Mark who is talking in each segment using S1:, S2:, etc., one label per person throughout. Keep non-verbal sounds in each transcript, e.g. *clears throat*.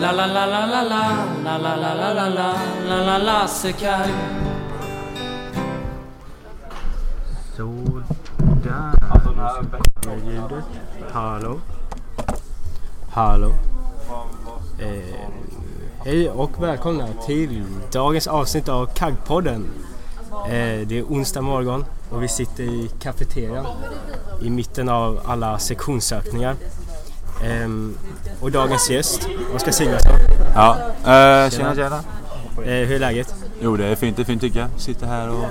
S1: La la la la la la La la la la la la La la Lasse Kaj
S2: Sådär. Nu ska jag ljudet. Hallå. Hallå. Eh, hej och välkomna till dagens avsnitt av Kaggpodden. Eh, det är onsdag morgon och vi sitter i kafeterian i mitten av alla sektionssökningar. Ehm, och dagens gäst, Oskar Sigvardsson.
S3: Ja, eh, tjena tjena.
S2: Eh, hur är läget?
S3: Jo det är fint, det är fint tycker jag. Sitter här och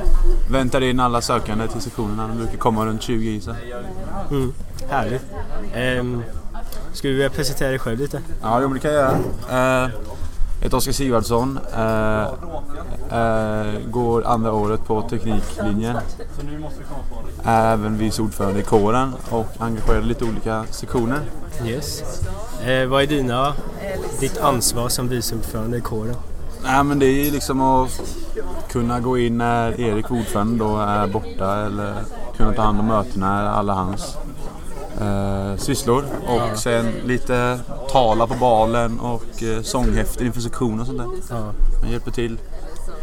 S3: väntar in alla sökande till sektionerna. De brukar komma runt 20 gissar
S2: Härligt. Ehm, ska du eh, presentera dig själv lite?
S3: Ja, jo men det kan jag göra. Eh, jag heter Oskar Sigvardsson. Eh, eh, går andra året på tekniklinjen. Är Även vice ordförande i kåren och engagerad i lite olika sektioner.
S2: Yes. Eh, vad är dina, ditt ansvar som vice ordförande i kåren?
S3: Nej men det är ju liksom att kunna gå in när Erik ordförande då är borta eller kunna ta hand om mötena, alla hans eh, sysslor. Och sen lite tala på balen och eh, sånghäften inför sektioner och sånt där.
S2: Ja.
S3: Man hjälper till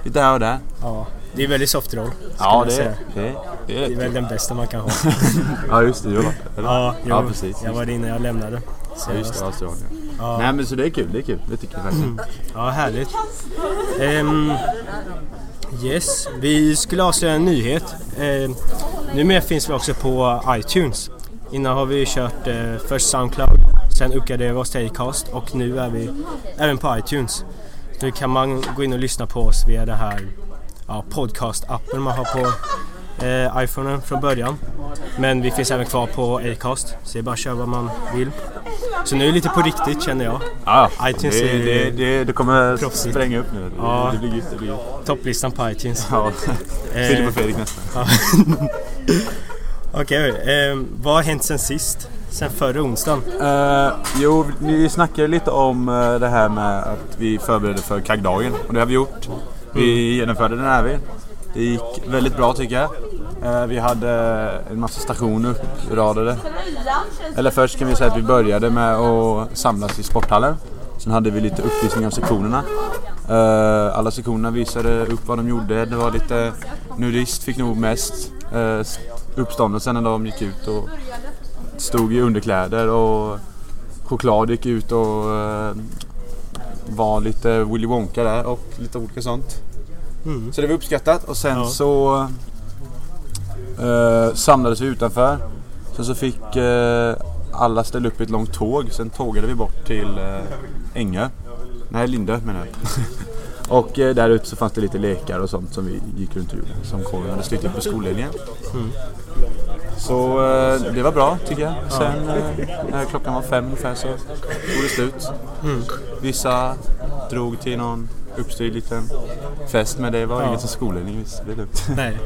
S3: lite här och där.
S2: ja. Det är en väldigt soft roll.
S3: Ja
S2: jag
S3: det
S2: säga.
S3: är det. är- Det
S2: Det är
S3: är
S2: väl den bästa man kan ha.
S3: Ja just det, du har varit där, eller?
S2: Ja,
S3: *laughs* ja
S2: jo,
S3: precis.
S2: Jag
S3: Just
S2: var där innan jag lämnade. Så
S3: det, just det,
S2: jag-
S3: Australien. Nej men så det är kul, det är kul. Det tycker jag faktiskt.
S2: Ja, härligt. Ehm, yes, vi skulle avslöja en nyhet. Um, numera finns vi också på iTunes. Innan har vi kört eh, först Soundcloud, sen uppgraderade vi oss till Acast och nu är vi även på iTunes. Nu kan man gå in och lyssna på oss via den här ja, podcast-appen man har på eh, iPhonen från början. Men vi finns även kvar på Acast, så det är bara att köra vad man vill. Så nu är det lite på riktigt känner jag.
S3: Ja,
S2: iTunes
S3: det,
S2: är-
S3: det, det, det kommer
S2: Proffsigt.
S3: spränga upp nu.
S2: Ja.
S3: Det blir grymt, det blir grymt.
S2: Topplistan på iTunes. Eh,
S3: Ja. Filip på Fredrik nästa.
S2: Okej, ehm, vad har hänt sen sist? Sen förra onsdagen?
S3: Eh, jo, ni snackade lite om eh, det här med att vi förberedde för kaggdagen och det har vi gjort. Vi genomförde den här vi. Det gick väldigt bra tycker jag. Eh, vi hade en massa stationer uppradade. Eller först kan vi säga att vi började med att samlas i sporthallen. Sen hade vi lite uppvisning av sektionerna. Eh, alla sektionerna visade upp vad de gjorde. Det var lite nudist fick nog mest eh, uppståndelsen när de gick ut och stod i underkläder och choklad gick ut och eh, var lite Willy Wonka där och lite olika sånt. Så det var uppskattat och sen
S2: Ja.
S3: så eh, samlades vi utanför. Sen så fick eh, alla ställa upp i ett långt tåg. Sen tågade vi bort till eh, Ängö. Nej, Lindö menar jag. *laughs* och eh, där ute så fanns det lite lekar och sånt som vi gick runt och gjorde. Som kåren hade styrt upp på skolledningen. Så eh, det var bra tycker jag. Sen eh, när klockan var fem ungefär så tog det slut. Vissa drog till någon uppstyrd liten fest men det var inget som skolledningen visste. Det är lugnt.
S2: Nej,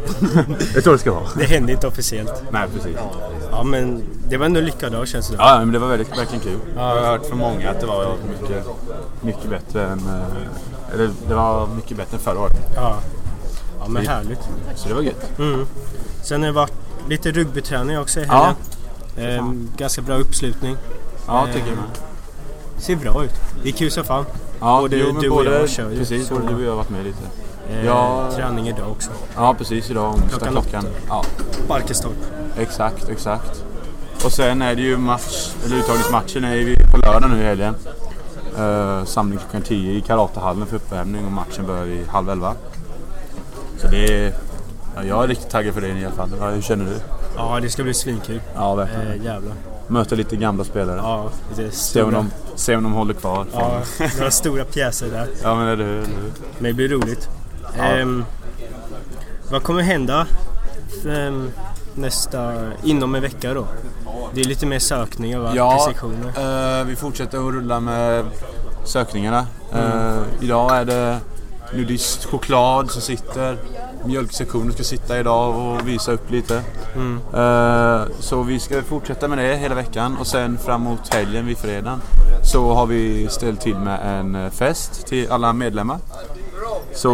S3: Det tror det ska vara.
S2: det hände inte officiellt.
S3: Nej precis.
S2: Ja, men det var ändå en lyckad dag känns det som.
S3: Ja men det var väldigt, verkligen kul. Jag har hört från många att det var mycket, mycket bättre än eh, eller det var mycket bättre än förra året.
S2: Ja. ja, men härligt.
S3: Så det var gött.
S2: Sen har det varit lite rugbyträning också i
S3: Ja.
S2: helgen. Ehm, ganska bra uppslutning.
S3: Ja, tycker jag med.
S2: Ser bra ut. Det är kul som fan.
S3: Ja,
S2: både
S3: jo, men
S2: du och
S3: både,
S2: jag kör ju.
S3: Precis,
S2: Så-
S3: både du och jag har varit med lite.
S2: Eh,
S3: Ja.
S2: Träning idag också.
S3: Ja, precis idag onsdag
S2: Klockan
S3: klockan.
S2: åtta.
S3: Ja,
S2: Barkestorp.
S3: exakt, exakt. Och sen är det ju match, eller uttagningsmatchen är ju på lördag nu i helgen. Uh, samling klockan 10 i karatehallen för uppvärmning och matchen börjar vid halv elva. Så det är... Ja, jag är riktigt taggad för det i alla fall. Ja, hur känner du?
S2: Ja, det ska bli svinkul.
S3: Ja, verkligen.
S2: Eh, jävlar.
S3: Möta lite gamla spelare.
S2: Ja, lite
S3: Se om,
S2: stora,
S3: de, se om de håller kvar. Ja,
S2: ja, några stora pjäser där.
S3: ja men eller hur? eller hur?
S2: Men det blir roligt. Ehm, vad kommer hända ehm, nästa, inom en vecka då? Det är lite mer sökningar va? Presektioner.
S3: eh, vi fortsätter att rulla med sökningarna. Eh, idag är det nudist choklad som sitter. Mjölksektionen ska sitta idag och visa upp lite. Eh, så vi ska fortsätta med det hela veckan och sen framåt helgen vid fredagen så har vi ställt till med en eh, fest till alla medlemmar. Så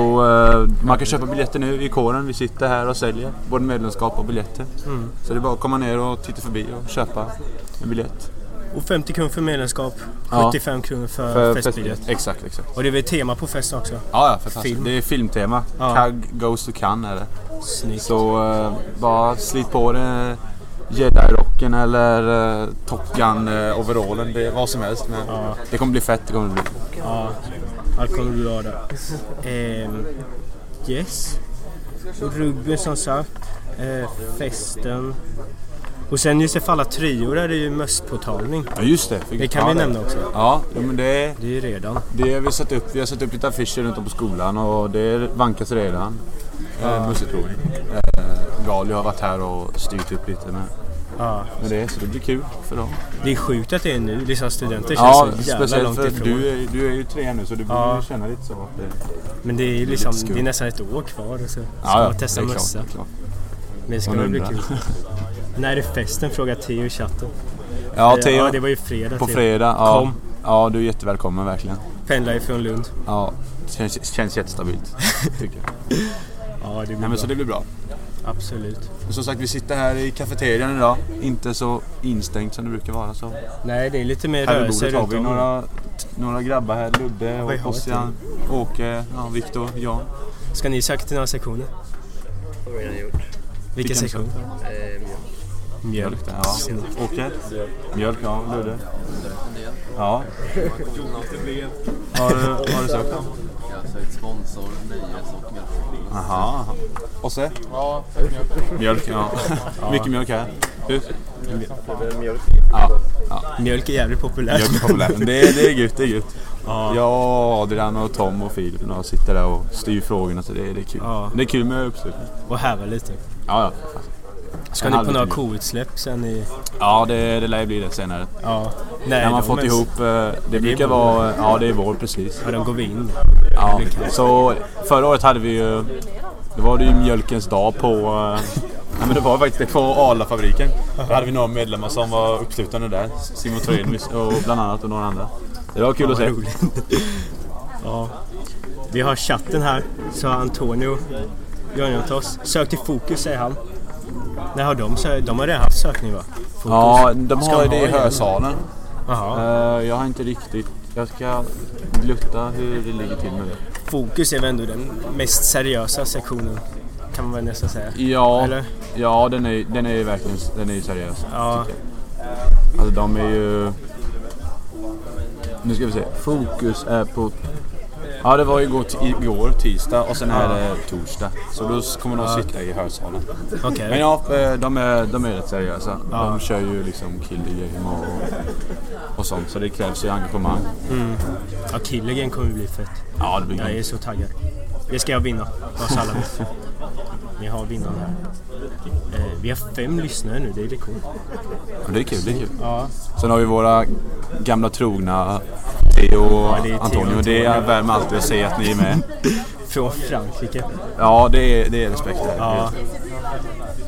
S3: eh, man kan köpa biljetter nu i kåren. Vi sitter här och säljer både medlemskap och biljetter. Så det är bara att komma ner och titta förbi och köpa en biljett.
S2: Och 50 kronor för medlemskap,
S3: Ja.
S2: 75 kronor för, festbiljett.
S3: Eh, Exakt, exakt.
S2: Och det är väl tema på fest också?
S3: Ja, ja fantastiskt.
S2: Film.
S3: Det är filmtema.
S2: Ja.
S3: Kag goes to Cannes är det.
S2: Snyggt.
S3: Så eh, bara slit på dig Jedi-rocken eller uh, Top Gun-overallen. det är vad som helst. Men Det kommer bli fett. Det kommer bli.
S2: Ja, allt kommer bli bra där. Ehm, yes. Och Ruben som sagt. Eh, festen. Och sen just ifall alla trior är det ju mösspåtagning.
S3: Ja, just det.
S2: Det kan vi nämna också.
S3: Ja, jo, men det,
S2: Det är ju redan.
S3: det har vi satt upp. Vi har satt upp lite affischer runt om på skolan och det vankas redan. Uh, Musikprovning. Uh, Galio har varit här och styrt upp lite med,
S2: Ja.
S3: med det. Så det blir kul för dem.
S2: Det är sjukt att det är nu. Det är så här studenter känns
S3: Ja,
S2: så jävla
S3: speciellt
S2: långt
S3: för
S2: ifrån.
S3: du är, du är ju tre nu så du borde
S2: Ja.
S3: ju känna lite så. Att det,
S2: Men det är, liksom,
S3: lite skumt.
S2: det är nästan ett år kvar. och Så. Ska man testa
S3: det är klart,
S2: mössa.
S3: det är klart.
S2: Men det ska
S3: Man
S2: väl bli kul.
S3: undrar. *laughs*
S2: När är festen? Frågar Theo i chatten.
S3: Ja,
S2: Eh,
S3: Theo.
S2: ja, det var ju fredag.
S3: på
S2: Theo.
S3: fredag. Ja.
S2: Kom.
S3: Ja, du är jättevälkommen verkligen.
S2: Pendlar ifrån Lund.
S3: Ja, känns, känns *laughs* jättestabilt. tycker jag.
S2: Ja, det blir
S3: Nej,
S2: bra.
S3: men så det blir bra.
S2: Absolut.
S3: Och som sagt, vi sitter här i kafeterian idag. Inte så instängt som det brukar vara. Så.
S2: Nej, det är lite mer
S3: Här vid
S2: rörelse
S3: bordet har
S2: runt
S3: vi
S2: om.
S3: några, några grabbar här. Ludde,
S2: har ett
S3: och Ossian, Åke, ja, Viktor, jag.
S2: Ska ni söka till några sektioner? Vilken sektion?
S3: Mjölk där, ja. Åke? Mjölk, ja. Ludde? Ja. Har, du- har du sökt dem? Jag har sökt sponsor, nöjes och mjölk. Aha. Osse? Ja, mjölk. ja. Mycket mjölk här. Du?
S2: Mjölk är jävligt populärt.
S3: Mjölk är populärt. Det är, det är gött, det är gött. Jag och Adrian och Tom och Filip och några sitter där och styr frågorna så det, det är kul.
S2: Ja.
S3: Det är kul med uppslutning.
S2: Och häva lite.
S3: Ja, ja.
S2: Ska
S3: En
S2: ni
S3: halv
S2: på några
S3: liter mjölk.
S2: koutsläpp sen i...
S3: Ja, det, det lär ju bli det senare.
S2: Ja. Nej,
S3: När man
S2: de
S3: fått
S2: är-
S3: ihop, eh, det brukar
S2: vår.
S3: vara, ja det är vår precis.
S2: Ja, de går vi in.
S3: Ja, så förra året hade vi ju... Då var det ju mjölkens dag på... eh, Nej men det var faktiskt det på Arla-fabriken. Då hade vi några medlemmar som var uppslutande där. Simon Thorén *laughs* och bland annat och några andra. Det var kul att se.
S2: Alltså. *laughs* Ja. Vi har chatten här, så Antonio Jönjantos. Sök till Fokus säger han. När har de sökt? De har redan haft sökning va? Fokus.
S3: Ja, de
S2: Ska
S3: har ju
S2: de
S3: det i
S2: ha det?
S3: Hösalen.
S2: Jaha.
S3: Eh, Jag har inte riktigt... Jag ska glutta hur det ligger till med det.
S2: Fokus är väl ändå den mest seriösa sektionen. Kan man väl nästan säga.
S3: Ja,
S2: Eller?
S3: ja den, är, den är ju verkligen den är ju seriös.
S2: Ja.
S3: Alltså de är ju... Nu ska vi se. Fokus är på... Ja det var ju igår, ti- igår tisdag och sen är det torsdag. Så då s- kommer de sitta i hörsalen.
S2: Okej.
S3: Men ja, eh, de är, de är rätt seriösa. De kör ju liksom kill the game och, och sånt. Så det krävs ju engagemang.
S2: Ja, Killigan kommer bli fett.
S3: Ja, det blir
S2: Jag är
S3: grymt.
S2: så taggad. Det ska jag vinna. Lars Alavet. Ni har vinnaren här. Eh, vi har fem lyssnare nu, det är rekord.
S3: Men Det är kul, det är kul. Sen har vi våra gamla trogna Theo och
S2: det är Theo och
S3: Antonio. Det
S2: Antonio.
S3: värmer alltid att se att ni är med.
S2: Från Frankrike.
S3: Ja, det är, det är respekt där.
S2: Ja.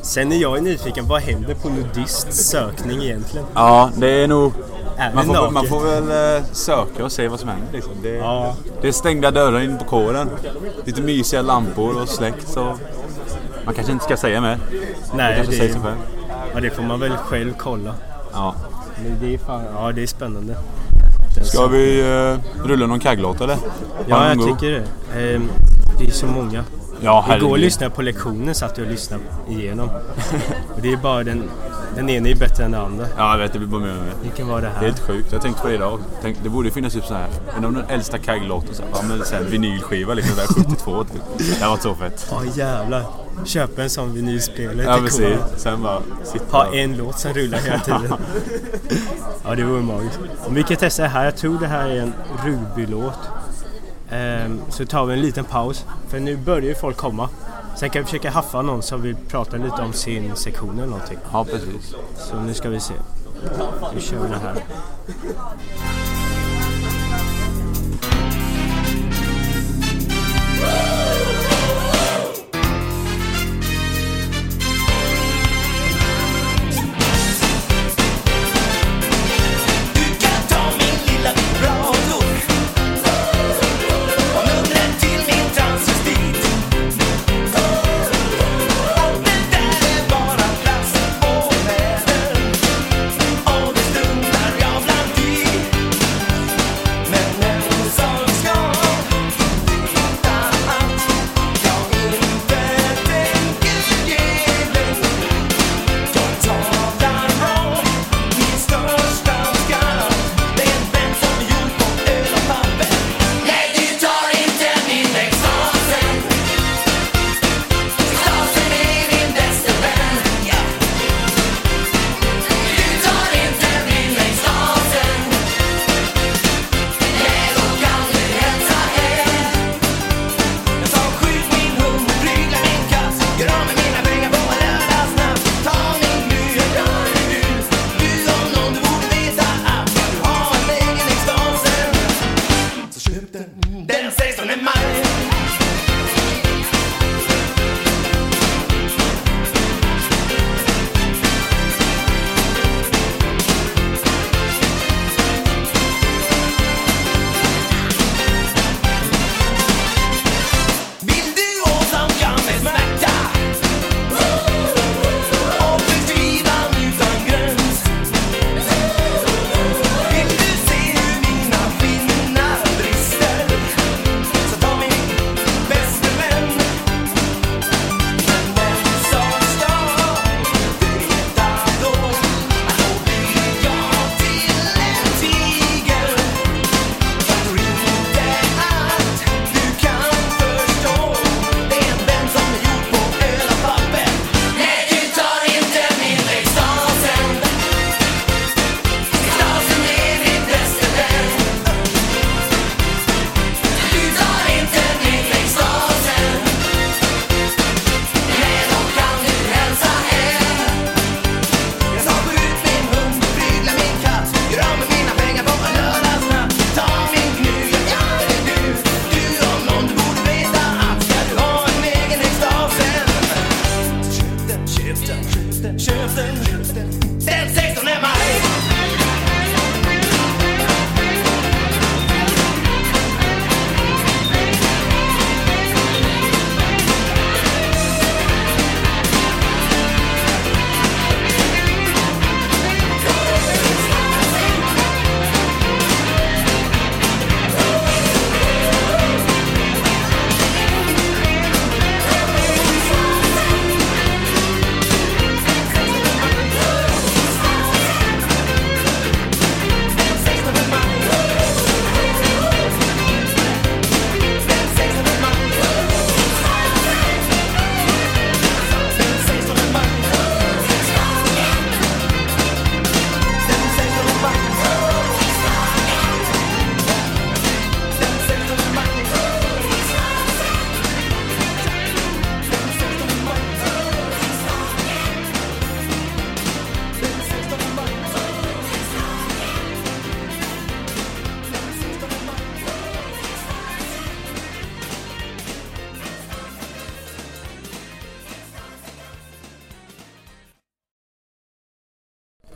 S2: Sen är jag nyfiken, vad händer på nudists sökning egentligen?
S3: Ja, det är nog...
S2: Även
S3: Man får,
S2: naket.
S3: man får väl eh, söka och se vad som händer liksom. det,
S2: Ja.
S3: det är stängda dörrar in på kåren. Lite mysiga lampor och släkt så... Man kanske inte ska säga mer. Det
S2: Nej,
S3: kanske
S2: det,
S3: säger
S2: är,
S3: sig själv.
S2: ja, det får man väl själv kolla.
S3: Ja.
S2: Men det är fan, ja det är spännande.
S3: Ska vi eh, rulla någon kagglåt eller? Har
S2: Ja,
S3: du
S2: jag
S3: någon god?
S2: tycker det. Ehm,
S4: Det är så många. Igår
S3: Ja, herregud.
S4: lyssnade jag på lektionen, satt jag och lyssnade igenom. och det är bara den, den ena är bättre än den andra.
S3: Ja, jag vet. Det blir bara mer och mer.
S4: Vilken var det
S3: Det är
S4: här?
S3: helt sjukt. Jag tänkte på det idag. Tänk, det borde ju finnas typ så här. En av de äldsta kagglåten. Så här, ja, men så här vinylskiva liksom. Där 72 typ. Det hade varit så fett.
S4: Ja jävlar. Köpa en sån vinylspelare
S3: Ja
S4: till
S3: precis.
S4: coola.
S3: Sen bara sitta
S4: Ha en låt som rullar hela tiden. ja det vore magiskt. Om vi kan testa det här. Jag tror det här är en Ruby-låt. Ehm, så tar vi en liten paus. För nu börjar ju folk komma. Sen kan vi försöka haffa någon som vill prata lite om sin sektion eller någonting.
S3: Ja precis.
S4: Så nu ska vi se. Nu kör vi det här.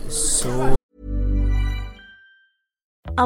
S4: Så
S5: A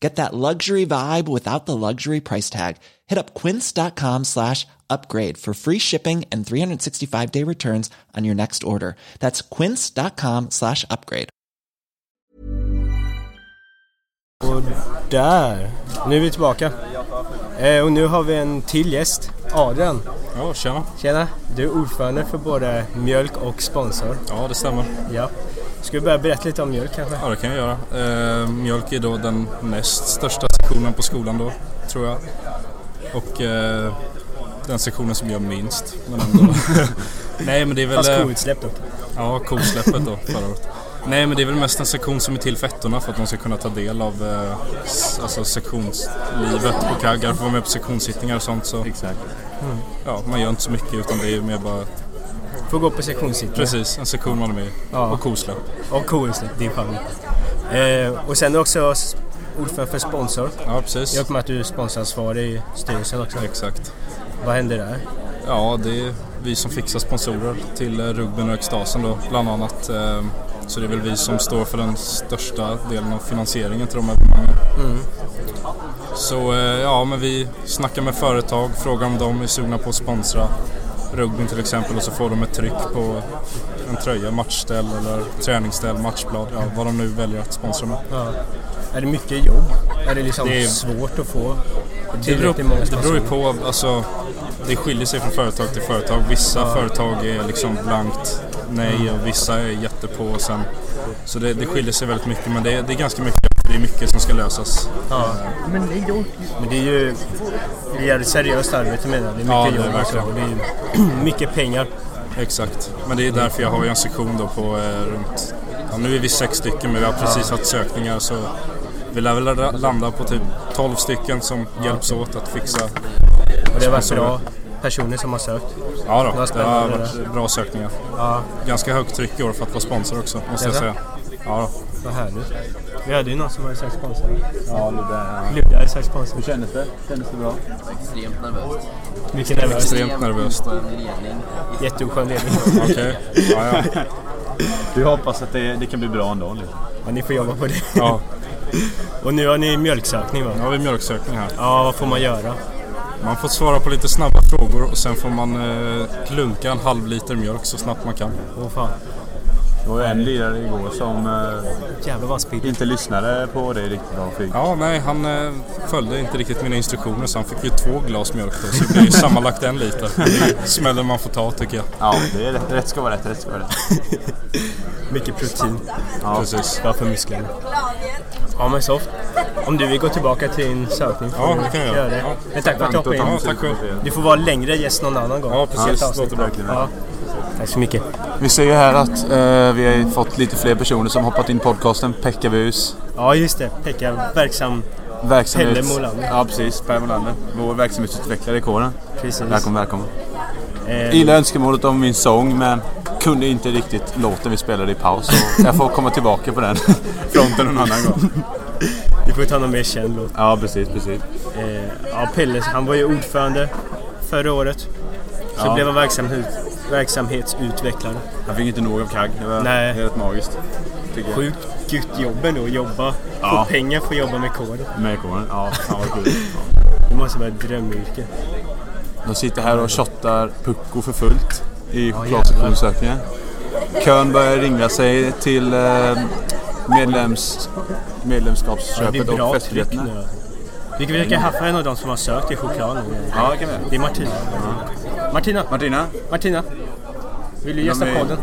S6: Get that luxury vibe without the luxury price tag. Hit up quince.com slash upgrade for free shipping and 365 day returns on your next order. That's quince.com slash upgrade.
S2: Och där, nu är vi tillbaka. Eh, och nu har vi en till gäst, Adrian.
S7: Ja, tjena.
S2: Tjena, du är ordförande för både mjölk och sponsor.
S7: Ja, det stämmer.
S2: Ja. Ska vi börja berätta lite om mjölk kanske?
S7: Ja, det kan jag göra. Eh, mjölk är då den näst största sektionen på skolan då, tror jag. Och eh, den sektionen som gör minst. Men ändå. *laughs* Nej, men det är väl...
S2: Fast
S7: eh,
S2: koutsläpp då.
S7: Ja, kosläppet då förra året. Nej men det är väl mest en sektion som är till för ettorna för att de ska kunna ta del av eh, s- alltså sektionslivet på kaggar, få vara med på sektionssittningar och sånt. Så,
S3: Exakt.
S7: ja, man gör inte så mycket utan det är mer bara
S2: Får gå på sektionssittning.
S7: precis en sektion man är med i.
S2: Ja.
S7: Och kosläpp.
S2: Och koutsläpp, din favorit. Eh, och sen är du också s- ordförande för sponsor.
S7: Ja precis.
S2: Jag kommer att du är sponsoransvarig i styrelsen också.
S7: Exakt.
S2: Vad händer där?
S7: Ja, det är vi som fixar sponsorer till eh, rugbyn och extasen då, bland annat. Eh, Så det är väl vi som står för den största delen av finansieringen till de här evenemangen. Så eh, ja, men vi snackar med företag, frågar om de är sugna på att sponsra rugbyn till exempel och så får de ett tryck på en tröja, matchställ eller träningsställ, matchblad, ja, vad de nu väljer att sponsra med.
S2: Ja. Är det mycket jobb? Är det liksom
S7: Det är-
S2: svårt att få
S7: Det beror,
S2: tillräckligt många
S7: det beror ju
S2: sponsorer?
S7: på, alltså, det skiljer sig från företag till företag. Vissa företag är liksom blankt nej och vissa är jättepå och sen. Så det, det skiljer sig väldigt mycket men det, är- det är ganska mycket, det är mycket som ska lösas.
S2: Ja. Men det är ju det är ett seriöst arbete med det. Det är mycket
S7: Ja, det är
S2: jobb och så.
S7: verkligen.
S2: Och det är *clears throat* mycket pengar.
S7: Exakt. Men det är därför jag har ju en sektion då på eh, runt, ja, nu är vi sex stycken men vi har precis haft sökningar så vi lär väl ra- landa på typ 12 stycken som hjälps åt att fixa.
S2: Och det har varit
S7: Sponsorer.
S2: bra personer som har sökt.
S7: Ja
S2: Vad
S7: då, det har
S2: spännande
S7: varit bra sökningar.
S2: Ja,
S7: Ganska högt tryck i år för att vara sponsor också måste jag
S2: Jaså?
S7: säga. Ja då.
S2: vad härligt. Vi hade ju någon som hade sökt sponsor.
S3: Ja, det där.
S2: Ludde hade sökt sponsor.
S3: Hur kändes det? Kändes det bra?
S2: Mycket nervöst.
S7: Extremt nervöst. *laughs*
S2: Jätteoskön ledning.
S7: Okej. Ja, ja.
S3: Du hoppas att det, det kan bli bra ändå. Liksom.
S2: Men ni får jobba på det.
S7: ja.
S2: Och nu har ni mjölksökning va?
S7: Nu har vi mjölksökning här.
S2: Ja, vad får man göra?
S7: Man får svara på lite snabba frågor och sen får man eh, klunka en halv liter mjölk så snabbt man kan.
S2: Åh fan.
S3: Det var ju en lirare igår som eh,
S2: Jävlar vad han spiller.
S3: inte lyssnade på det riktigt bra. Fick.
S7: Ja, nej, han eh, följde inte riktigt mina instruktioner så han fick ju två glas mjölk då, så det blir ju sammanlagt en
S3: *laughs*
S7: liter. Smällen man får ta tycker jag.
S3: Ja, det är rätt. Rätt ska vara rätt. Rätt ska vara rätt.
S2: Mycket protein.
S3: Ja.
S7: Precis.
S2: Bra för musklerna. Ja men soft. Om du vill gå tillbaka till din sökning får
S7: Ja,
S2: du
S7: det kan jag göra.
S2: det.
S7: Ja.
S2: Men tack för att du hoppade
S7: Ja,
S2: in.
S7: tack själv.
S2: Du får vara längre gäst någon annan gång.
S7: Ja, precis.
S2: Helt
S7: Det
S2: avsnitt.
S7: låter bra.
S2: Ja. Tack så mycket.
S3: Vi ser ju här att eh, vi har ju fått lite fler personer som hoppat in i podcasten. Pekka Bus,
S2: Ja just det. Pekka verksam.
S3: verksamhet...
S2: Pelle Molander.
S3: Ja, precis. Per Molander. Vår verksamhetsutvecklare i kåren.
S2: Precis.
S3: Välkommen, välkommen.
S2: Eh,
S3: Gillar önskemålet om min sång, men kunde inte riktigt låten vi spelade i paus. Så jag får komma tillbaka på den *laughs* fronten en annan gång.
S2: vi får ta någon mer känd låt.
S3: Ja, precis, precis.
S2: Eh, ja, Pelle han var ju ordförande förra året. Så
S3: Ja.
S2: blev han verksamhet, verksamhetsutvecklare.
S3: Jag fick inte nog av kagg. Det var
S2: Nej.
S3: helt magiskt. Tycker jag.
S2: Sjukt gött jobb ändå att jobba.
S3: Ja.
S2: Få pengar för att jobba med koden.
S3: Med kåren. Ja, fan vad kul.
S2: *laughs* Det måste vara ett drömyrke.
S3: De sitter här och shottar Pucko för fullt i chokladsektionssökningen. Kön börjar ringa sig till eh, medlems,
S2: Ja, det är
S3: medlemskapsköpet
S2: bra
S3: och
S2: tryck
S3: festbiljetterna.
S2: nu. Vi kan försöka haffa en av de som har sökt i choklad nu.
S3: Ja, det kan vi göra.
S2: Det är Martina. Martina!
S3: Martina,
S2: Martina! Vill du
S3: De
S2: gästa
S3: är-
S2: podden?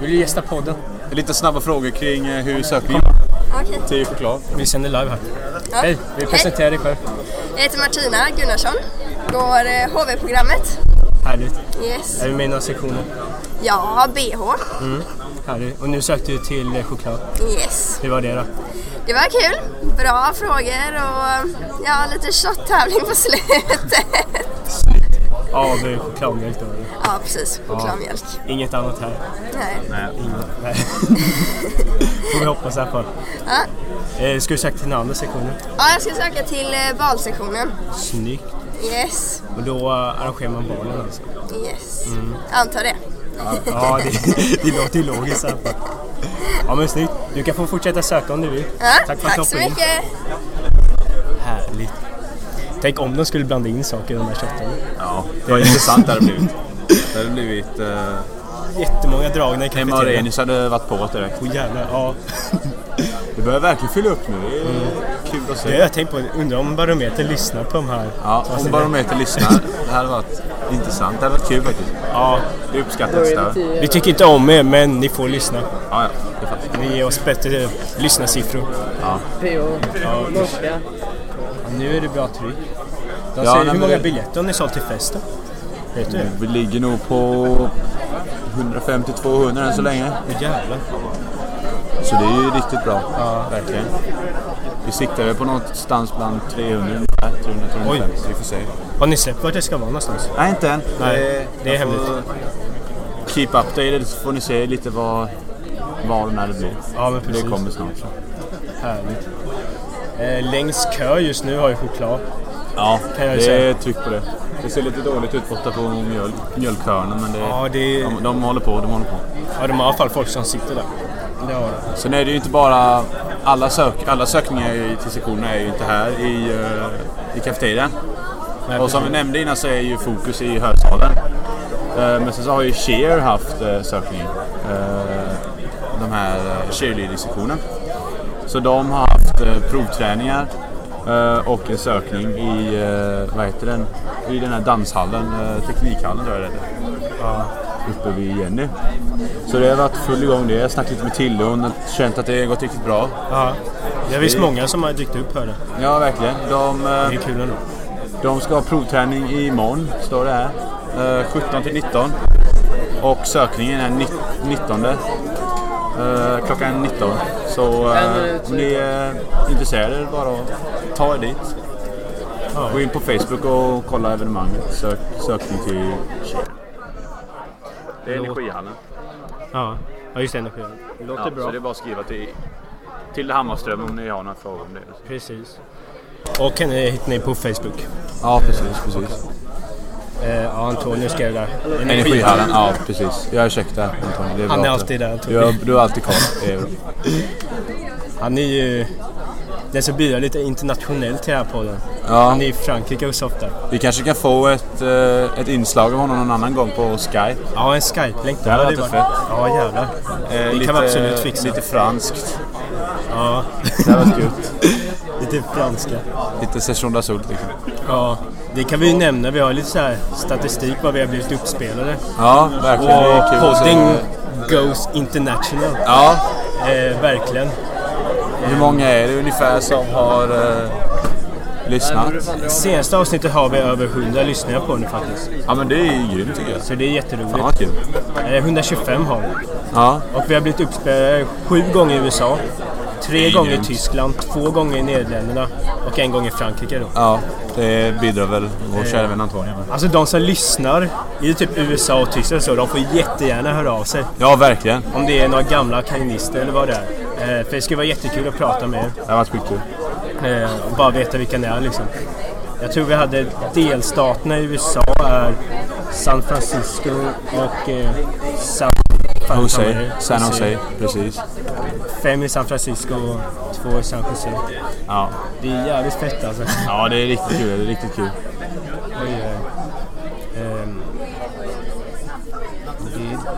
S2: Vill du gästa podden?
S3: lite snabba frågor kring eh, hur sökningen
S8: Okej.
S3: till choklad.
S2: Vi sänder live här.
S8: Ja.
S2: Hej! Vi presenterar dig själv.
S8: Jag heter Martina Gunnarsson. Går eh, HV-programmet.
S2: Härligt.
S8: Yes.
S2: Är du med i några sektioner?
S8: Jag har BH.
S2: Mm. Härligt. Och nu sökte du till eh, choklad.
S8: Yes.
S2: Hur var det då?
S8: Det var kul. Bra frågor och eh, ja, lite shot-tävling på slutet. *laughs*
S2: Ja, det är eh, chokladmjölk då. eller?
S8: ja, precis. Chokladmjölk.
S2: Inget annat här.
S8: Nej.
S3: *laughs*
S2: Inget. Nej. Får vi hoppas i alla fall.
S8: Ja.
S2: Eh, Ska du söka till den andra sektionen?
S8: ja, jag ska söka till eh, valsektionen.
S2: Snyggt.
S8: Yes.
S2: Och då eh, arrangerar man barnen alltså?
S8: Yes. Antar det.
S2: Ja, det, det låter ju logiskt i alla fall. Ja, men snyggt. Du kan få fortsätta söka om du vill.
S8: Ja,
S2: du
S8: tack så
S2: hoppade in.
S8: mycket.
S2: Härligt. Tänk om de skulle blanda in saker i de här köttarna.
S3: Ja, vad intressant det hade blivit. Det hade blivit... Eh,
S2: Jättemånga dragna i
S3: Emma
S2: kafeterian.
S3: Arrhenius hade varit på det direkt.
S2: Åh jävlar, ja.
S3: Det börjar verkligen fylla upp nu. Det är kul att
S2: Det har
S3: se.
S2: jag tänkt på. Undrar om Barometern lyssnar på de här. Alltså,
S3: Ja, om Barometer lyssnar. Det här hade varit intressant. Det hade varit kul faktiskt.
S2: Ja,
S3: Det uppskattas där. Ja,
S2: vi tycker inte om er, men ni får lyssna.
S3: ja. Det fattar jag.
S2: Ni ger oss bättre lyssnarsiffror. Ja. Ja, nu är det bra tryck. De
S3: Ja,
S2: säger, hur
S3: nej, men
S2: många
S3: det-
S2: biljetter har ni sålt till festen? Vet du det?
S3: Vi ligger nog på 150-200 än så länge.
S2: Åh jävlar.
S3: Så det är ju riktigt bra. Verkligen. Vi siktar väl på någonstans bland 300 ungefär. 300 350. Vi får se.
S2: Har ni släppt vart det ska vara någonstans?
S3: Nej, inte än.
S2: Nej,
S3: Eh,
S2: det är
S3: jag får Keep updated så får ni se lite vad, vad och när det blir.
S2: Ja, men precis.
S3: Det kommer snart. så.
S2: Härligt. Eh, längs kö just nu har ju choklad.
S3: Ja,
S2: Kan jag ju
S3: det
S2: säga.
S3: är tryck på det. Det ser lite dåligt ut borta på mjöl, mjölkhörnan men det,
S2: Ja, det-
S3: de, de håller på. De håller på.
S2: Ja, de har i alla fall folk som sitter där. Det har de.
S3: Sen är det ju inte bara... Alla, sök, alla sökningar i- till sektionerna är ju inte här i, eh, i kafeterian.
S2: Nej,
S3: Och som vi
S2: precis.
S3: nämnde innan så är ju fokus i högsalen. Eh, Men sen så har ju Cheer haft eh, sökning. eh, De här eh, cheerleading-sektionen. Så de har haft eh, provträningar eh, och en sökning i, eh, vad heter den, i den här danshallen, eh, teknikhallen då är det. Uppe vid Jenny. Så det har varit full igång det. Jag har snackat lite med Tilde och hon har känt att det har gått riktigt bra.
S2: Ja. Det är visst många som har dykt upp här. då.
S3: Ja, verkligen. De, eh,
S2: Det är kul ändå.
S3: de ska ha provträning imorgon, står det här. Eh, 17 till 19. Och sökningen är ni- 19. Eh, klockan 19. Så eh, om ni är intresserade är det bara att ta er dit.
S2: Ja.
S3: Gå in på Facebook och kolla evenemanget. Sök, sökning till Tjejer. Det är Energihallen.
S2: Ja, ja just det. Energin. Låter
S3: Ja,
S2: bra.
S3: så det är bara att skriva till Tilde Hammarström om ni har några frågor om det.
S2: Precis. Och henne hittar ni på Facebook.
S3: Ja, precis. precis.
S2: Eh, ja, Antonio skrev där.
S3: Energihallen, ja precis. Jag ursäktar Antonio. Det är bra
S2: Han är
S3: att-
S2: alltid där, Antonio.
S3: Du, har- du har alltid koll. Det är bra.
S2: Han är ju den som bidrar lite internationellt till den här podden.
S3: Ja.
S2: Han är i Frankrike och softar.
S3: Vi kanske kan få ett, eh, ett inslag av honom någon annan gång på Skype. Eh,
S2: Ja, en Skype-länk.
S3: Det hade varit fett.
S2: Ja, jävlar.
S3: Eh,
S2: det kan vi absolut fixa.
S3: Lite franskt.
S2: ja,
S3: Det hade varit gött.
S2: lite franska.
S3: Lite session d'azul liksom.
S2: Ja, det kan vi ju nämna. Vi har lite så här statistik vad vi har blivit uppspelade.
S3: Ja, verkligen. Det är
S2: Och
S3: kul.
S2: podden goes international.
S3: Ja,
S2: Eh, verkligen.
S3: hur många är det ungefär som har eh, lyssnat?
S2: Senaste avsnittet har vi över 100 lyssningar på nu faktiskt.
S3: Ja men det är ju grymt tycker jag.
S2: Så det är
S3: Fan
S2: jätteroligt.
S3: vad kul.
S2: Eh, 125 har vi.
S3: Ja,
S2: Och vi har blivit uppspelade sju gånger i USA.
S3: Det
S2: Tre
S3: är
S2: gånger i
S3: grymt.
S2: Tyskland, två gånger i Nederländerna och en gång i Frankrike. Då.
S3: ja, det bidrar väl vår kära vän Antonio med.
S2: Alltså de som lyssnar i typ USA och Tyskland så, de får jättegärna höra av sig.
S3: Ja, verkligen.
S2: Om det är några gamla kaninister eller vad det är. Eh, för det skulle vara jättekul att prata med
S3: Det har varit skitkul.
S2: er. Eh, och bara veta vilka ni är liksom. Jag tror vi hade delstaterna i USA är San Francisco och eh, San... fan,
S3: Jose,
S2: fan,
S3: San Jose, precis.
S2: Fem i San Francisco och två i San Jose.
S3: Ja.
S2: Det är jävligt fett alltså.
S3: ja, det är riktigt kul. Det är riktigt kul.
S2: Oj, oj, oj. Ehm,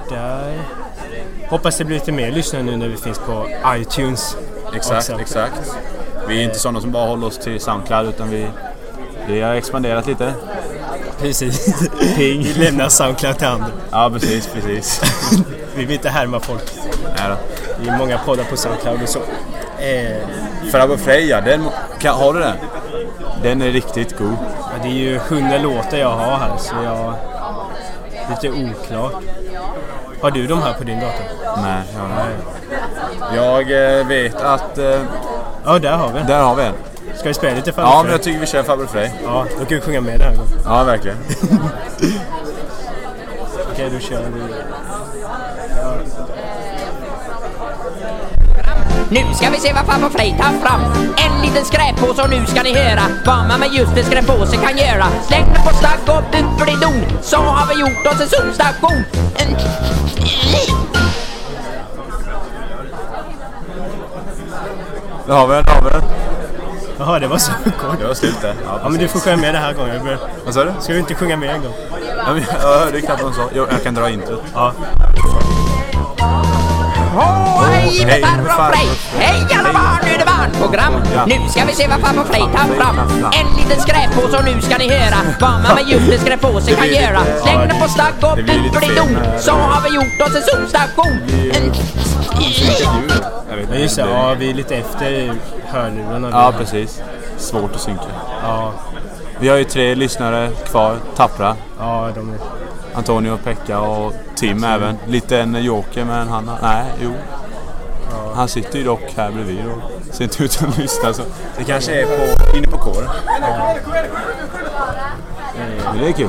S2: det där. hoppas det blir lite mer lyssnare nu när vi finns på iTunes.
S3: Exakt,
S2: också.
S3: exakt. Vi är inte sådana som bara håller oss till Soundcloud utan vi, vi har expanderat lite.
S2: Precis. Ping. Vi lämnar Soundcloud till andra.
S3: Ja, precis, *laughs* precis.
S2: vi vill inte härma folk.
S3: Nej då.
S2: Det är många poddar på Soundcloud och så. Eh,
S3: Frabbe Freja, den, kan, har du den? Den är riktigt god.
S2: ja, det är ju hundra låtar jag har här så jag... Lite oklart. Har du de här på din dator?
S3: Nej, jag har den. Jag eh, vet att... eh,
S2: Ja, där har vi den.
S3: Där har vi en.
S2: Ska vi spela lite för
S3: Ja, men jag tycker vi kör Farbror Frej.
S2: Ja, då kan vi sjunga med den här gången.
S3: Ja, *laughs* verkligen.
S2: Okej, då kör vi.
S9: Nu ska vi se vad farbror Frej tar fram. En liten skräppåse och nu ska ni höra vad man med just en skräppåse kan göra. Släng den på slagg och bubbelidon, så har vi gjort oss en solstation. En...
S3: Där har vi den, där har vi den.
S2: Jaha, det var så *laughs* kort.
S3: Det var slut där.
S2: Ja, men du får sjunga med den här gången. Björn.
S3: Vad sa du?
S2: Ska du inte sjunga med en gång?
S3: Ja, men Jag hörde knappt vad hon sa. Jo, jag kan dra introt.
S2: Ja.
S9: Åh, hej med farbror Frej! Hej alla barn, nu är det barnprogram.
S3: Ja.
S9: Nu ska vi se vad farbror Frej tar fram. En liten skräppåse och nu ska ni höra vad man med just en skräppåse
S3: Det
S9: kan
S3: blir lite-
S9: göra.
S3: ja,
S9: Släng
S3: det-
S9: den på slagg och
S3: det blir lite
S9: bubbelidon,
S3: fel när-
S9: så har vi gjort oss en solstation. En...
S3: Jag vet
S2: Ja,
S3: inte.
S2: just det.
S3: Det-
S2: Ja, vi är lite efter i hörlurarna.
S3: Ja, precis. Svårt att synka.
S2: Ja,
S3: Vi har ju tre lyssnare kvar. Tappra.
S2: ja, de är...
S3: Antonio, Pekka och Tim även. Lite en joker men han har... Nej, jo. Han sitter ju dock här bredvid och ser inte ut att lyssna så... Det kanske är på, inne på kåren. Men det är kul.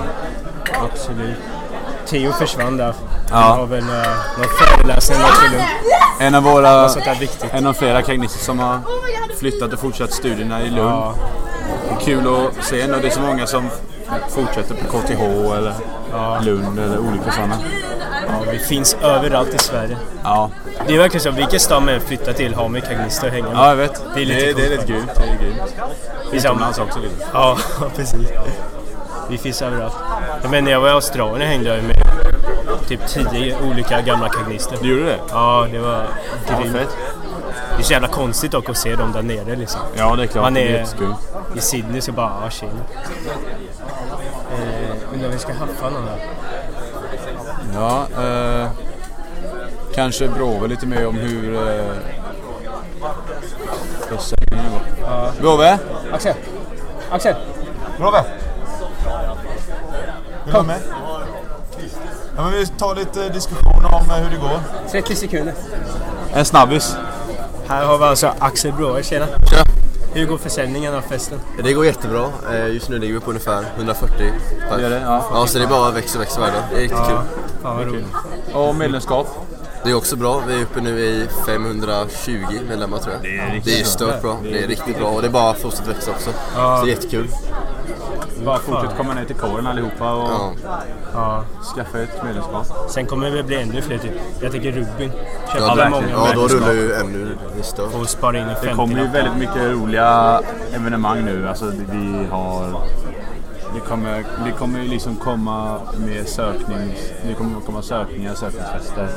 S2: Absolut. Theo försvann där.
S3: Ja.
S2: Han har väl eh, någon föreläsning eller något till dem.
S3: En av våra...
S2: Något sånt där viktigt.
S3: En av flera kagnister som har flyttat och fortsatt studierna i Lund.
S2: Ja,
S3: Det är Kul att se ändå. Det är så många som fortsätter på KTH eller Lund eller olika sådana.
S2: ja, vi finns överallt i Sverige.
S3: Ja.
S2: Det är verkligen så. Vilken stad man än flyttar till har man kagnister att hänga med.
S3: ja, jag vet.
S2: Det Liksom- är lite coolt.
S3: rätt grymt. Det är grymt.
S2: Vi är
S3: Utomlands också liksom. lite.
S2: Ja, *laughs* precis. Vi finns överallt. Jag menar, när jag var i Australien hängde jag ju med typ tio olika gamla kagnister.
S3: Du gjorde det?
S2: Ja, det var grymt.
S3: fett.
S2: det är så jävla konstigt dock att se dem där nere liksom.
S3: Ja, det är klart.
S2: Man
S3: Det är
S2: är
S3: jätteskumt.
S2: i Sydney så bara, ah tjena. Eh, undrar om vi ska haffa någon här.
S3: Ja, eh, kanske Brove lite mer om hur... Eh, vad säger ni då? Brove?
S2: Axel! Axel!
S10: Robbe! Vill du vara med? Ja, men vi tar lite diskussion om eh, hur det går.
S2: 30 sekunder.
S3: En snabbis.
S2: Här har vi alltså Axel Broa, tjena. Hur går försäljningen av festen?
S11: Det går jättebra. Eh, Just nu ligger vi på ungefär 140 per.
S3: Gör det? Ja.
S11: så det bara växer och växer varje dag. Det är riktigt kul.
S2: Fan vad roligt.
S3: Och medlemskap?
S11: Det är också bra. Vi är uppe nu i 520 medlemmar tror jag. Det är,
S3: riktigt bra.
S11: stört bra. Det är riktigt bra och det bara fortsätter växa också.
S2: Ja.
S11: Så det är jättekul.
S3: Bara fortsätt komma ner till kåren allihopa och
S11: Ja.
S2: Ja.
S3: skaffa ett medlemskap.
S2: Sen kommer det bli ännu fler typ. Jag tänker Rubin. Köper
S11: Ja,
S2: väl
S3: verkligen.
S11: Ja, då
S2: medlemskap
S11: rullar ju ännu. Det är stört.
S2: Och sparar in en
S3: Det kommer ju
S2: 50
S3: väldigt mycket roliga evenemang nu. Alltså vi- vi har... Det kommer, det kommer ju liksom komma mer sökning. Det kommer komma sökningar, sökningsfester.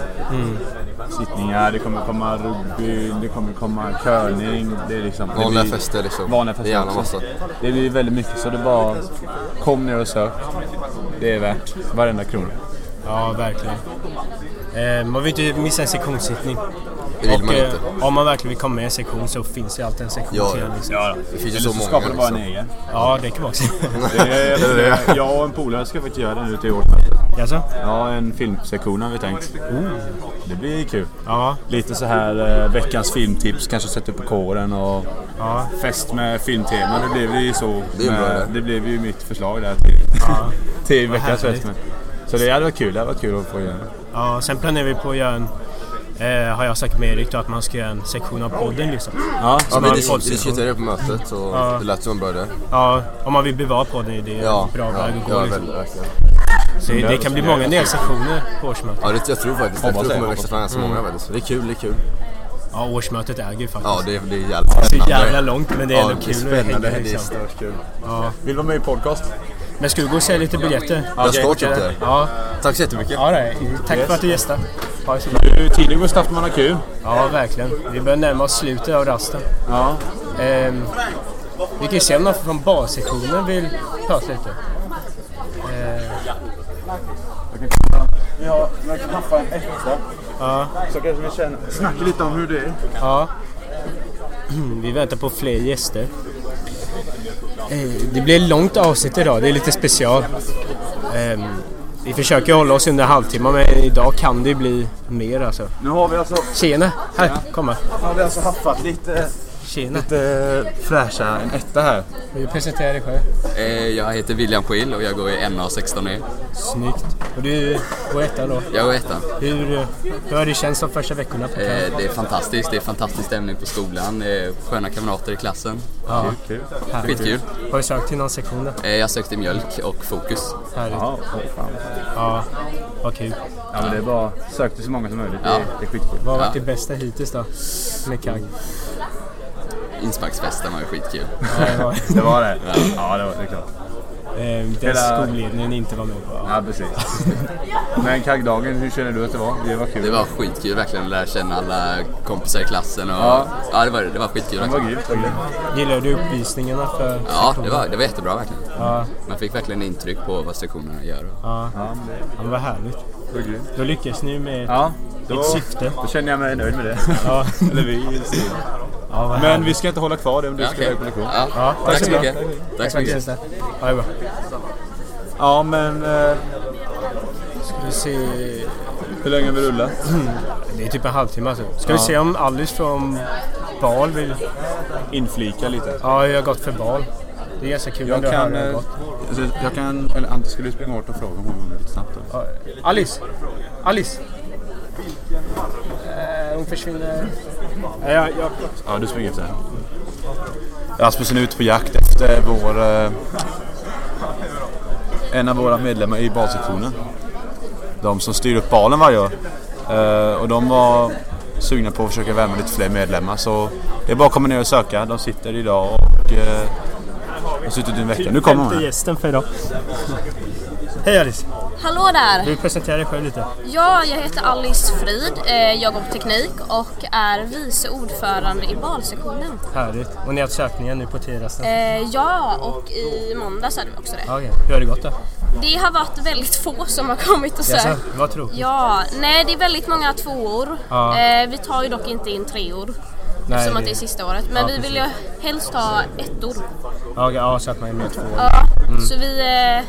S3: Sittningar, det kommer komma rugby, det kommer komma körning. Det är liksom, det
S11: Vanliga
S3: blir-
S11: fester liksom.
S3: Vanliga fester
S11: En jävla
S3: också.
S11: massa.
S3: Det blir väldigt mycket så det bara... Kom ner och sök. Det är värt varenda krona.
S2: Ja, verkligen. Eh, man vill inte missa en sektionssittning.
S11: Det vill
S2: och,
S11: man
S2: eh,
S11: inte.
S2: Om man verkligen vill komma med i en sektion så finns det alltid en sektion
S11: Ja,
S2: till.
S11: ja.
S2: Liksom.
S3: Ja,
S11: Det finns ju
S3: Eller
S11: så
S3: så
S11: många.
S3: skapar du bara en
S11: liksom.
S3: egen.
S2: ja, det
S11: *laughs*
S2: kan man också
S3: Det
S11: Det är
S3: är,
S11: *laughs* det.
S3: jag och en polare ska faktiskt göra det nu till året.
S2: Jaså?
S3: Ja, en filmsektion har vi tänkt. Oh, Det blir kul.
S2: Ja,
S3: Lite så här eh, veckans filmtips kanske sätta upp på kåren och
S2: ja.
S3: fest med filmtema. Det blev ju så.
S11: Det är en bra
S3: med,
S11: idé.
S3: det blev ju mitt förslag där till, *laughs* till veckans
S2: härligt.
S3: fest med. Så det hade varit kul. Det hade varit kul att få göra.
S2: ja. Sen planerar vi på att göra en Eh, har jag sagt med Erik då att man ska göra en sektion av podden liksom.
S3: Ja,
S11: Ja,
S2: Som
S11: vi
S2: har en
S11: dis-
S2: folksektion.
S11: diskuterade det på mötet och det lät som en bra idé.
S2: Ja, om man vill bevara podden är det en
S11: Ja,
S2: bra
S11: ja,
S2: väg att
S11: ja,
S2: gå. Liksom.
S11: väldigt, verkligen.
S2: Så det, det kan bli många nya sektioner på årsmötet.
S11: Ja, det, jag tror faktiskt Jag
S3: Hoppas
S11: tror det
S3: det,
S11: kommer
S3: hoppas
S11: växa fram ganska många faktiskt. Det är kul, det är kul.
S2: Ja, årsmötet äger ju faktiskt.
S11: Ja, det är, det är jävligt
S2: så
S11: spännande.
S2: jävla långt men det är
S11: Ja,
S2: ändå
S11: det är
S2: kul
S11: spännande.
S2: att
S11: Det
S2: hänga
S11: är
S2: liksom.
S11: stört kul.
S2: Ja.
S3: Vill du vara med i podcast?
S2: Men ska du gå och sälja lite biljetter?
S11: Jag ska typ det.
S2: Ja,
S11: Tack så jättemycket.
S2: ja det är. Tack för att du gästade.
S3: Det är ju tidig Gustaf man har kul.
S2: Ja, verkligen. Vi börjar närma oss slutet av rasten.
S3: Ja.
S2: Ehm, vi kan ju se om någon från barsektionen vill prata lite. Ehm,
S3: Vi har några knappar, en etta.
S2: Ja.
S3: Så kanske vi känner... Snacka lite om hur det är.
S2: ja. Vi väntar på fler gäster. Eh, Det blir ett långt avsnitt idag, det är lite special. Ehm, Vi försöker hålla oss under halvtimmar men idag kan det ju bli mer alltså.
S3: Nu har vi alltså...
S2: Tjena! Här, kom här.
S3: Nu har vi alltså haffat lite...
S2: Tjena.
S3: Lite eh, fräscha, en etta här.
S2: Vill du presentera dig själv?
S12: Eh, Jag heter William Schill och jag går i
S11: E.
S12: MA16E.
S2: Snyggt. Och du går ettan då?
S12: Jag går i ettan.
S2: Hur, eh, hur har det känts de första veckorna? På
S12: Eh, Det är fantastiskt. Det är fantastisk stämning på skolan. eh, Sköna kamrater i klassen.
S2: Ja.
S12: Kul.
S2: Härligt.
S12: Skitkul.
S2: Har du sökt till någon sektion då?
S12: Eh, Jag sökte mjölk och fokus.
S2: Härligt.
S3: Ja,
S2: ja vad kul.
S3: Ja, men det är bara... Sök till så många som möjligt.
S12: Ja.
S3: Det, är- det är skitkul.
S2: Vad har varit
S12: Ja.
S2: det bästa hittills då? Med Kagg?
S12: Insparksfesten var ju skitkul.
S2: Ja, det var-
S3: Det var det? Ja, det var det är klart.
S2: Ehm, där
S3: Hela-
S2: skolledningen inte var med på.
S3: Ja, precis. Men kaggdagen, hur känner du att det var? Det var kul.
S12: Det var skitkul verkligen att lära känna alla kompisar i klassen. Och,
S3: Ja.
S12: ja. det var det. Det var skitkul.
S3: Det var
S12: verkligen.
S3: grymt. det var grymt.
S2: Gillar du uppvisningarna för
S12: Ja,
S2: sektionen?
S12: det var, det var jättebra verkligen.
S2: Ja.
S12: Man fick verkligen intryck på vad sektionerna gör.
S2: Ja. ja, men vad härligt.
S3: Det var grymt.
S2: Då lyckades ni med
S3: Ja, då,
S2: ert syfte.
S3: då känner jag mig nöjd med det.
S2: Ja.
S3: *laughs* Eller vi.
S2: Ja, vad
S3: Men
S2: härligt.
S3: vi ska inte hålla kvar det om du
S2: Ja,
S3: ska
S2: okej.
S3: iväg på lektion.
S2: Ja. Ja, tack så mycket. Tack så mycket. Ha det bra.
S3: Ja, men... eh,
S2: Ska vi se...
S3: Hur länge har vi rullat?
S2: Det är typ en halvtimme alltså. Ska
S3: Ja.
S2: vi se om Alice från Bal vill...
S3: Inflika lite.
S2: Ja, jag har gått för Bal. Det är ganska kul om
S3: Jag
S2: du hör
S3: kan...
S2: hur det har
S3: eh,
S2: gått.
S3: alltså, Jag kan... Eller Ante, skulle du springa bort och fråga om hon vill lite snabbt? då?
S2: Ja, Alice! Alice! Eh, hon försvinner... Ja, jag, jag...
S3: Ja, du springer efter henne. Rasmussen är ute på jakt efter vår... eh, En av våra medlemmar i balsektionen. De som styr upp balen varje år. Eh, Och de var sugna på att försöka värva lite fler medlemmar så det är bara att komma ner och söka. De sitter idag och eh, har suttit i en vecka. Nu kommer hon.
S2: Femte
S3: här.
S2: gästen för idag. Hej Alice!
S13: Hallå där!
S2: Vill du presentera dig själv lite?
S13: Ja, jag heter Alice Frid. Eh, Jag går på teknik och är vice ordförande i valsektionen.
S2: Härligt. Och ni har haft sökningar nu på T-rasten?
S13: Eh, Ja, och i måndags hade vi också det.
S2: Ja, Okej, hur har det gått då?
S13: Det har varit väldigt få som har kommit och sökt.
S2: Jaså, vad tråkigt.
S13: Ja, nej det är väldigt många tvåor.
S2: Ja.
S13: Eh, Vi tar ju dock inte in treor.
S2: Nej,
S13: eftersom att
S2: det-
S13: det är sista året. Men
S2: Ja,
S13: vi vill ju
S2: precis.
S13: helst ha ettor.
S2: Ja, okej, ja så att man är med två.
S13: Ja,
S2: Mm.
S13: så vi eh,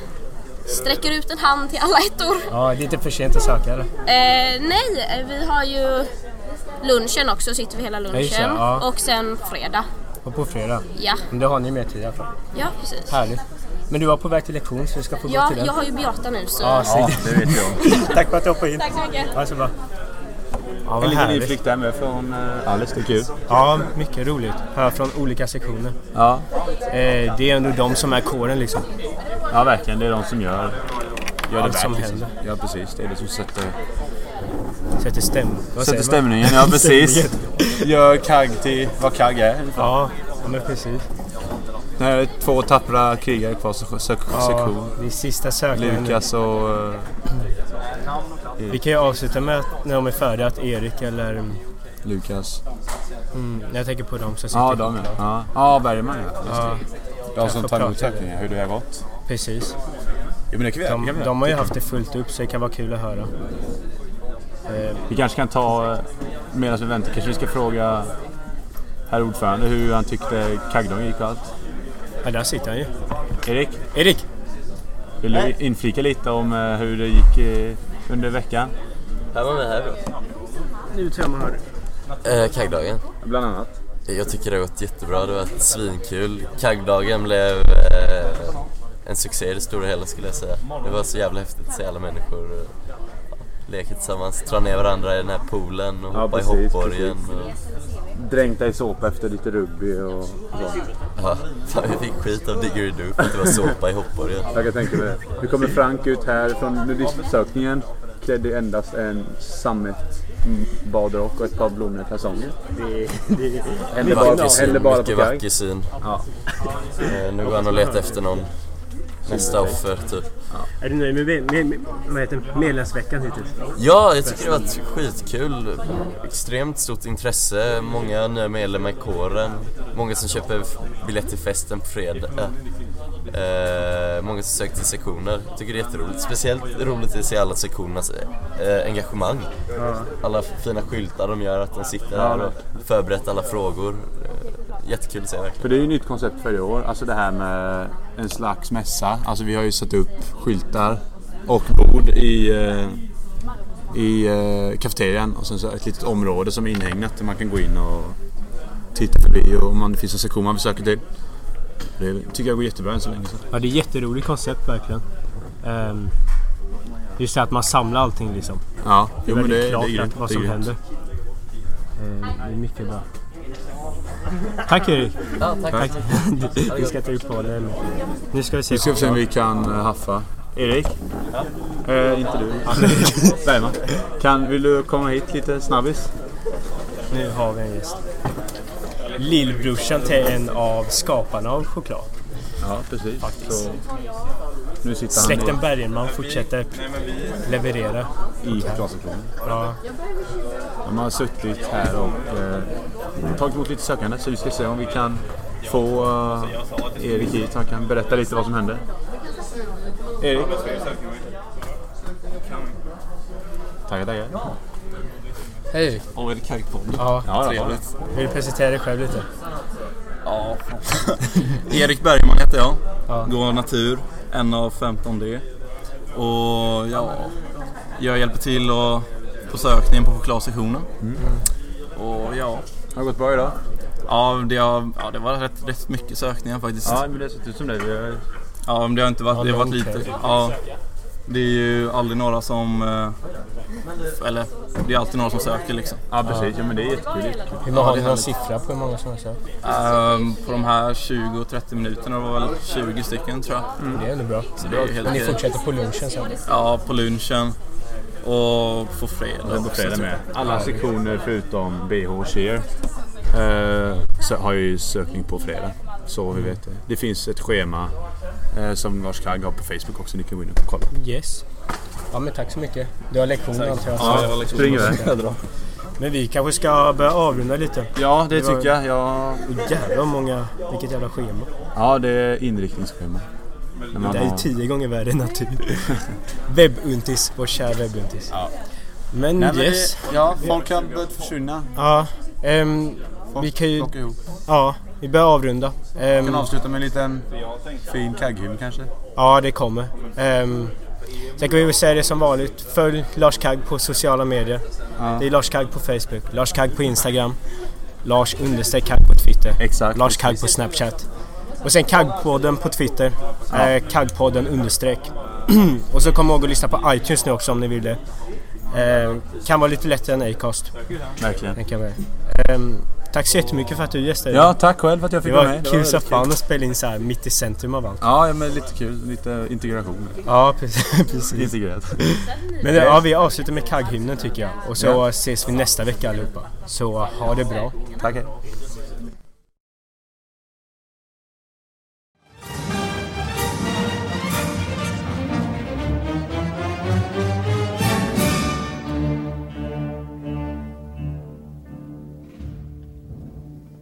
S13: sträcker ut en hand till alla ettor.
S2: Ja, det är inte för sent att söka eller?
S13: Eh, nej, eh, vi har ju lunchen också, sitter vi hela lunchen.
S2: just det, ja.
S13: Och sen fredag.
S2: Och på fredag?
S13: Ja.
S2: Men då har ni mer tid i alla fall.
S13: Ja, precis.
S2: Härligt. Men du var på väg till lektion så du ska få gå
S13: Ja,
S2: till den.
S13: jag har ju Beata nu så...
S2: Ja, snyggt.
S3: det vet jag.
S2: Tack för att du hoppade in.
S13: Tack så mycket.
S2: Ha det så bra. Ja,
S3: en liten
S2: härligt.
S3: inflikt där med från eh, Alice, det är kul.
S2: Ja, mycket roligt. Höra från olika sektioner.
S3: Ja.
S2: Eh, det är ändå de som är kåren liksom.
S3: Ja, verkligen. Det är de som gör, gör
S2: Allt
S3: det
S2: som
S3: värt, liksom.
S2: händer.
S3: Ja, precis. Det är det som sätter,
S2: Sätter stäm... vad *laughs* säger
S3: sätter
S2: man?
S3: stämningen. Ja, precis.
S2: Stämningen.
S3: gör kagg till vad kagg är. ungefär.
S2: Ja, ja, men precis.
S3: Det här är två tappra krigare kvar som söker
S2: Ja,
S3: sektion.
S2: det är sista sökningen nu.
S3: Lukas och... eh,
S2: Vi kan ju avsluta med att när de är färdiga att Erik eller...
S3: Lukas.
S2: Mm, jag tänker på dem som sitter
S3: Ja,
S2: i
S3: de är.
S2: choklad.
S3: Ja, ja Bergman ja.
S2: Ja.
S3: Just det. De
S2: Kanske
S3: som tar emot
S2: prata lite.
S3: sökningar, hur det har gått.
S2: Precis.
S3: Jo, men det kan vi-
S2: de,
S3: kan vi-
S2: de har ju haft det fullt upp så det kan vara kul att höra. Eh,
S3: Vi kanske kan ta, eh, medan vi väntar, kanske vi ska fråga herr ordförande hur han tyckte kaggdagen gick och allt.
S2: Ja, där sitter han ju.
S3: Erik?
S2: Erik!
S3: Vill du inflika lite om eh, hur det gick eh, under veckan?
S11: Här var vi här då.
S2: nu tror jag man hör det.
S11: Eh, kaggdagen.
S3: Bland annat.
S11: Jag tycker det har gått jättebra. Det har varit svinkul. Kaggdagen blev eh, en succé i det stora hela skulle jag säga. Det var så jävla häftigt att se alla människor eh, ja, leka tillsammans, dra ner varandra i den här poolen och hoppa i hoppborgen. Och...
S3: Dränkta i såpa efter lite rugby och
S11: Ja, fan, vi fick skit av Diggeridoo för att det var såpa i hoppborgen.
S3: Jag kan tänka mig det. Nu kommer Frank ut här från nudistsökningen klädd i endast en sammetbadrock och ett par blommiga kalsonger.
S2: det-
S3: Händer bara,
S11: Vacker syn,
S3: händer bara på
S11: mycket
S3: Kaj.
S11: vacker syn.
S3: Ja.
S11: Eh, nu går han och letar efter någon Nästa offer, typ.
S2: Är du nöjd med, med, med, med vad heter det, medlemsveckan hittills?
S11: Ja, jag tycker det har varit skitkul. Extremt stort intresse, många nya medlemmar i kåren, många som köper biljett till festen på fredag. Eh, många som söker till sektioner. Jag tycker det är jätteroligt. Speciellt roligt är att se alla sektionernas eh, engagemang.
S2: Ja.
S11: Alla fina skyltar de gör, att de sitter
S3: Ja,
S11: här
S3: men-
S11: och förberett alla frågor. Eh, jättekul att se verkligen.
S3: För det är ju ett nytt koncept för i år, alltså det här med en slags mässa. Alltså vi har ju satt upp skyltar och bord i, eh, i eh, kafeterian och sen så ett litet område som är inhägnat där man kan gå in och titta förbi och om man- det finns en sektion man besöker till. Det tycker jag går jättebra än så länge. Så.
S2: Ja, det är ett jätteroligt koncept verkligen. Ehm, just det att man samlar allting liksom.
S3: Ja,
S2: det är
S3: jo, men
S2: väldigt
S3: det-
S2: klart
S3: det är grymt,
S2: vad
S3: det är
S2: som
S3: grymt.
S2: händer. Ehm, det är mycket bra. Tack Erik!
S11: Ja, tack.
S2: *laughs* Du- Vi ska ta upp på det. eller? Nu ska vi se.
S3: Nu ska vi se om vi kan eh, haffa. Erik? Eh, inte *laughs* du. Bergman. Kan, vill du komma hit lite snabbis?
S2: Nu har vi en gäst. Lillbrorsan till en av skaparna av choklad.
S3: Ja, precis.
S2: Faktiskt.
S3: Så, nu sitter han
S2: Släkten
S3: i-
S2: Bergenman fortsätter leverera.
S3: I chokladsektionen.
S2: Ja.
S3: De har suttit här och eh, tagit emot lite sökande så vi ska se om vi kan få eh, Erik hit så han kan berätta lite vad som hände. Erik? Tackar, tackar.
S12: Hej!
S7: Åh, är det kajkpodd?
S2: Ja,
S12: trevligt.
S2: Vill du presentera dig själv lite?
S7: Ja. *laughs* Erik Bergman heter jag.
S2: Ja.
S7: Går natur, en av 15D. Och ja, jag hjälper till och på sökningen på chokladsektionen. Och ja.
S3: Mm. Har det gått bra idag?
S7: Ja, det, har, ja, det var rätt, rätt mycket sökningar faktiskt.
S3: Ja, men det har sett ut som det. Vi har...
S7: Ja, men det har inte varit...
S3: Ja,
S7: det har varit
S3: långt
S7: lite...
S3: här.
S7: Ja, det är ju aldrig några som... eh, Eller, det är alltid några som söker liksom.
S3: Ja, precis. Ja, men det är jättekul. jättekul.
S2: Vill du ha
S7: det är
S2: någon
S7: härligt.
S2: siffra på hur många som har sökt?
S7: Ehm, på de här 20-30 minuterna var väl 20 stycken tror jag.
S2: Mm. Det är ändå bra.
S7: Så det är ju helt
S2: Men ni
S7: okej.
S2: fortsätter på lunchen sen?
S7: Ja, på lunchen. Och på fredag.
S3: Och sen på
S7: också,
S3: fredag
S7: tror jag.
S3: med. Alla sektioner förutom BH Cheer eh, så har ju sökning på fredag. Så vi vet det. Det finns ett schema eh, som Lars Kagg har på Facebook också. Ni kan gå in och kolla.
S2: Yes. Ja men tack så mycket. Du har lektioner
S7: Tack.
S2: antar jag?
S7: Ja, jag har lektioner. Spring iväg. Jag drar.
S2: Men vi kanske ska börja avrunda lite?
S3: Ja, det tycker jag. Jag-
S2: Åh, Jävlar vad många... Vilket jävla schema.
S3: Ja, det är inriktningsschema. När man
S2: Det är ju
S3: har-
S2: tio gånger värre
S7: *laughs*
S2: än natur. Webbuntis, vår kära webbuntis. Men
S3: Nej, men det-
S2: yes.
S3: ja, folk har börjat försvinna.
S2: Ja, ehm, vi kan ju... Ja, vi börjar avrunda. Ehm,
S3: kan avsluta med en liten fin kagghymn kanske?
S2: Ja, det kommer. Um, sen kan vi väl säga det som vanligt. Följ Lars Kagg på sociala medier.
S3: Ja.
S2: Det är Lars Kagg på Facebook, Lars Kagg på Instagram, Lars understreck Kagg på Twitter, Lars Kagg på Snapchat. Och sen Kaggpodden på Twitter,
S3: Ja.
S2: eh, Kaggpodden understreck. *clears throat* och så kom ihåg att lyssna på iTunes nu också om ni vill det. Eh, kan vara lite lättare än Acast.
S3: Verkligen.
S2: Den kan vara. Ehm, tack så jättemycket för att du gästade.
S3: Ja, tack själv för att jag fick
S2: det var
S3: vara med. Det var
S2: Kul som
S3: väldigt kul.
S2: fan att spela in så här mitt i centrum av allt.
S3: Ja, men lite kul. Lite integration.
S2: Ja, precis. precis.
S3: Integrerat.
S2: *laughs* Men eh, ja, vi avslutar med kagghymnen tycker jag. Och så
S3: Ja.
S2: ses vi nästa vecka allihopa. Så eh, ha det bra.
S3: Tack.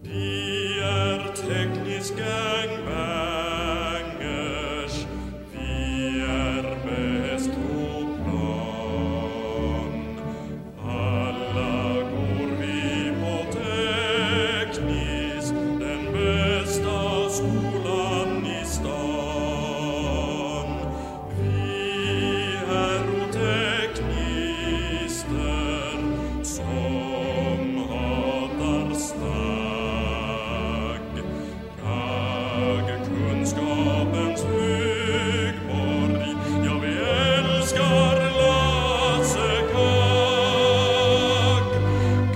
S14: Wir technisch gang bangisch, wir best uplon. Alla går vi på teknis, den bästa skolan i stan. Vi herro teknister, som hatar stagg. Jag kunskapens högborg, ja vi älskar Lasse Kagg.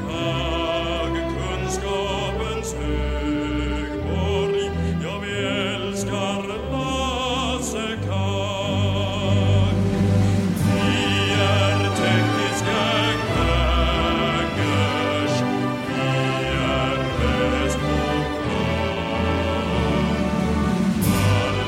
S14: Kagg, kunskapens högborg, ja vi älskar Lasse Kagg. Vi är tekniska knackers, vi är bäst på plan. Alla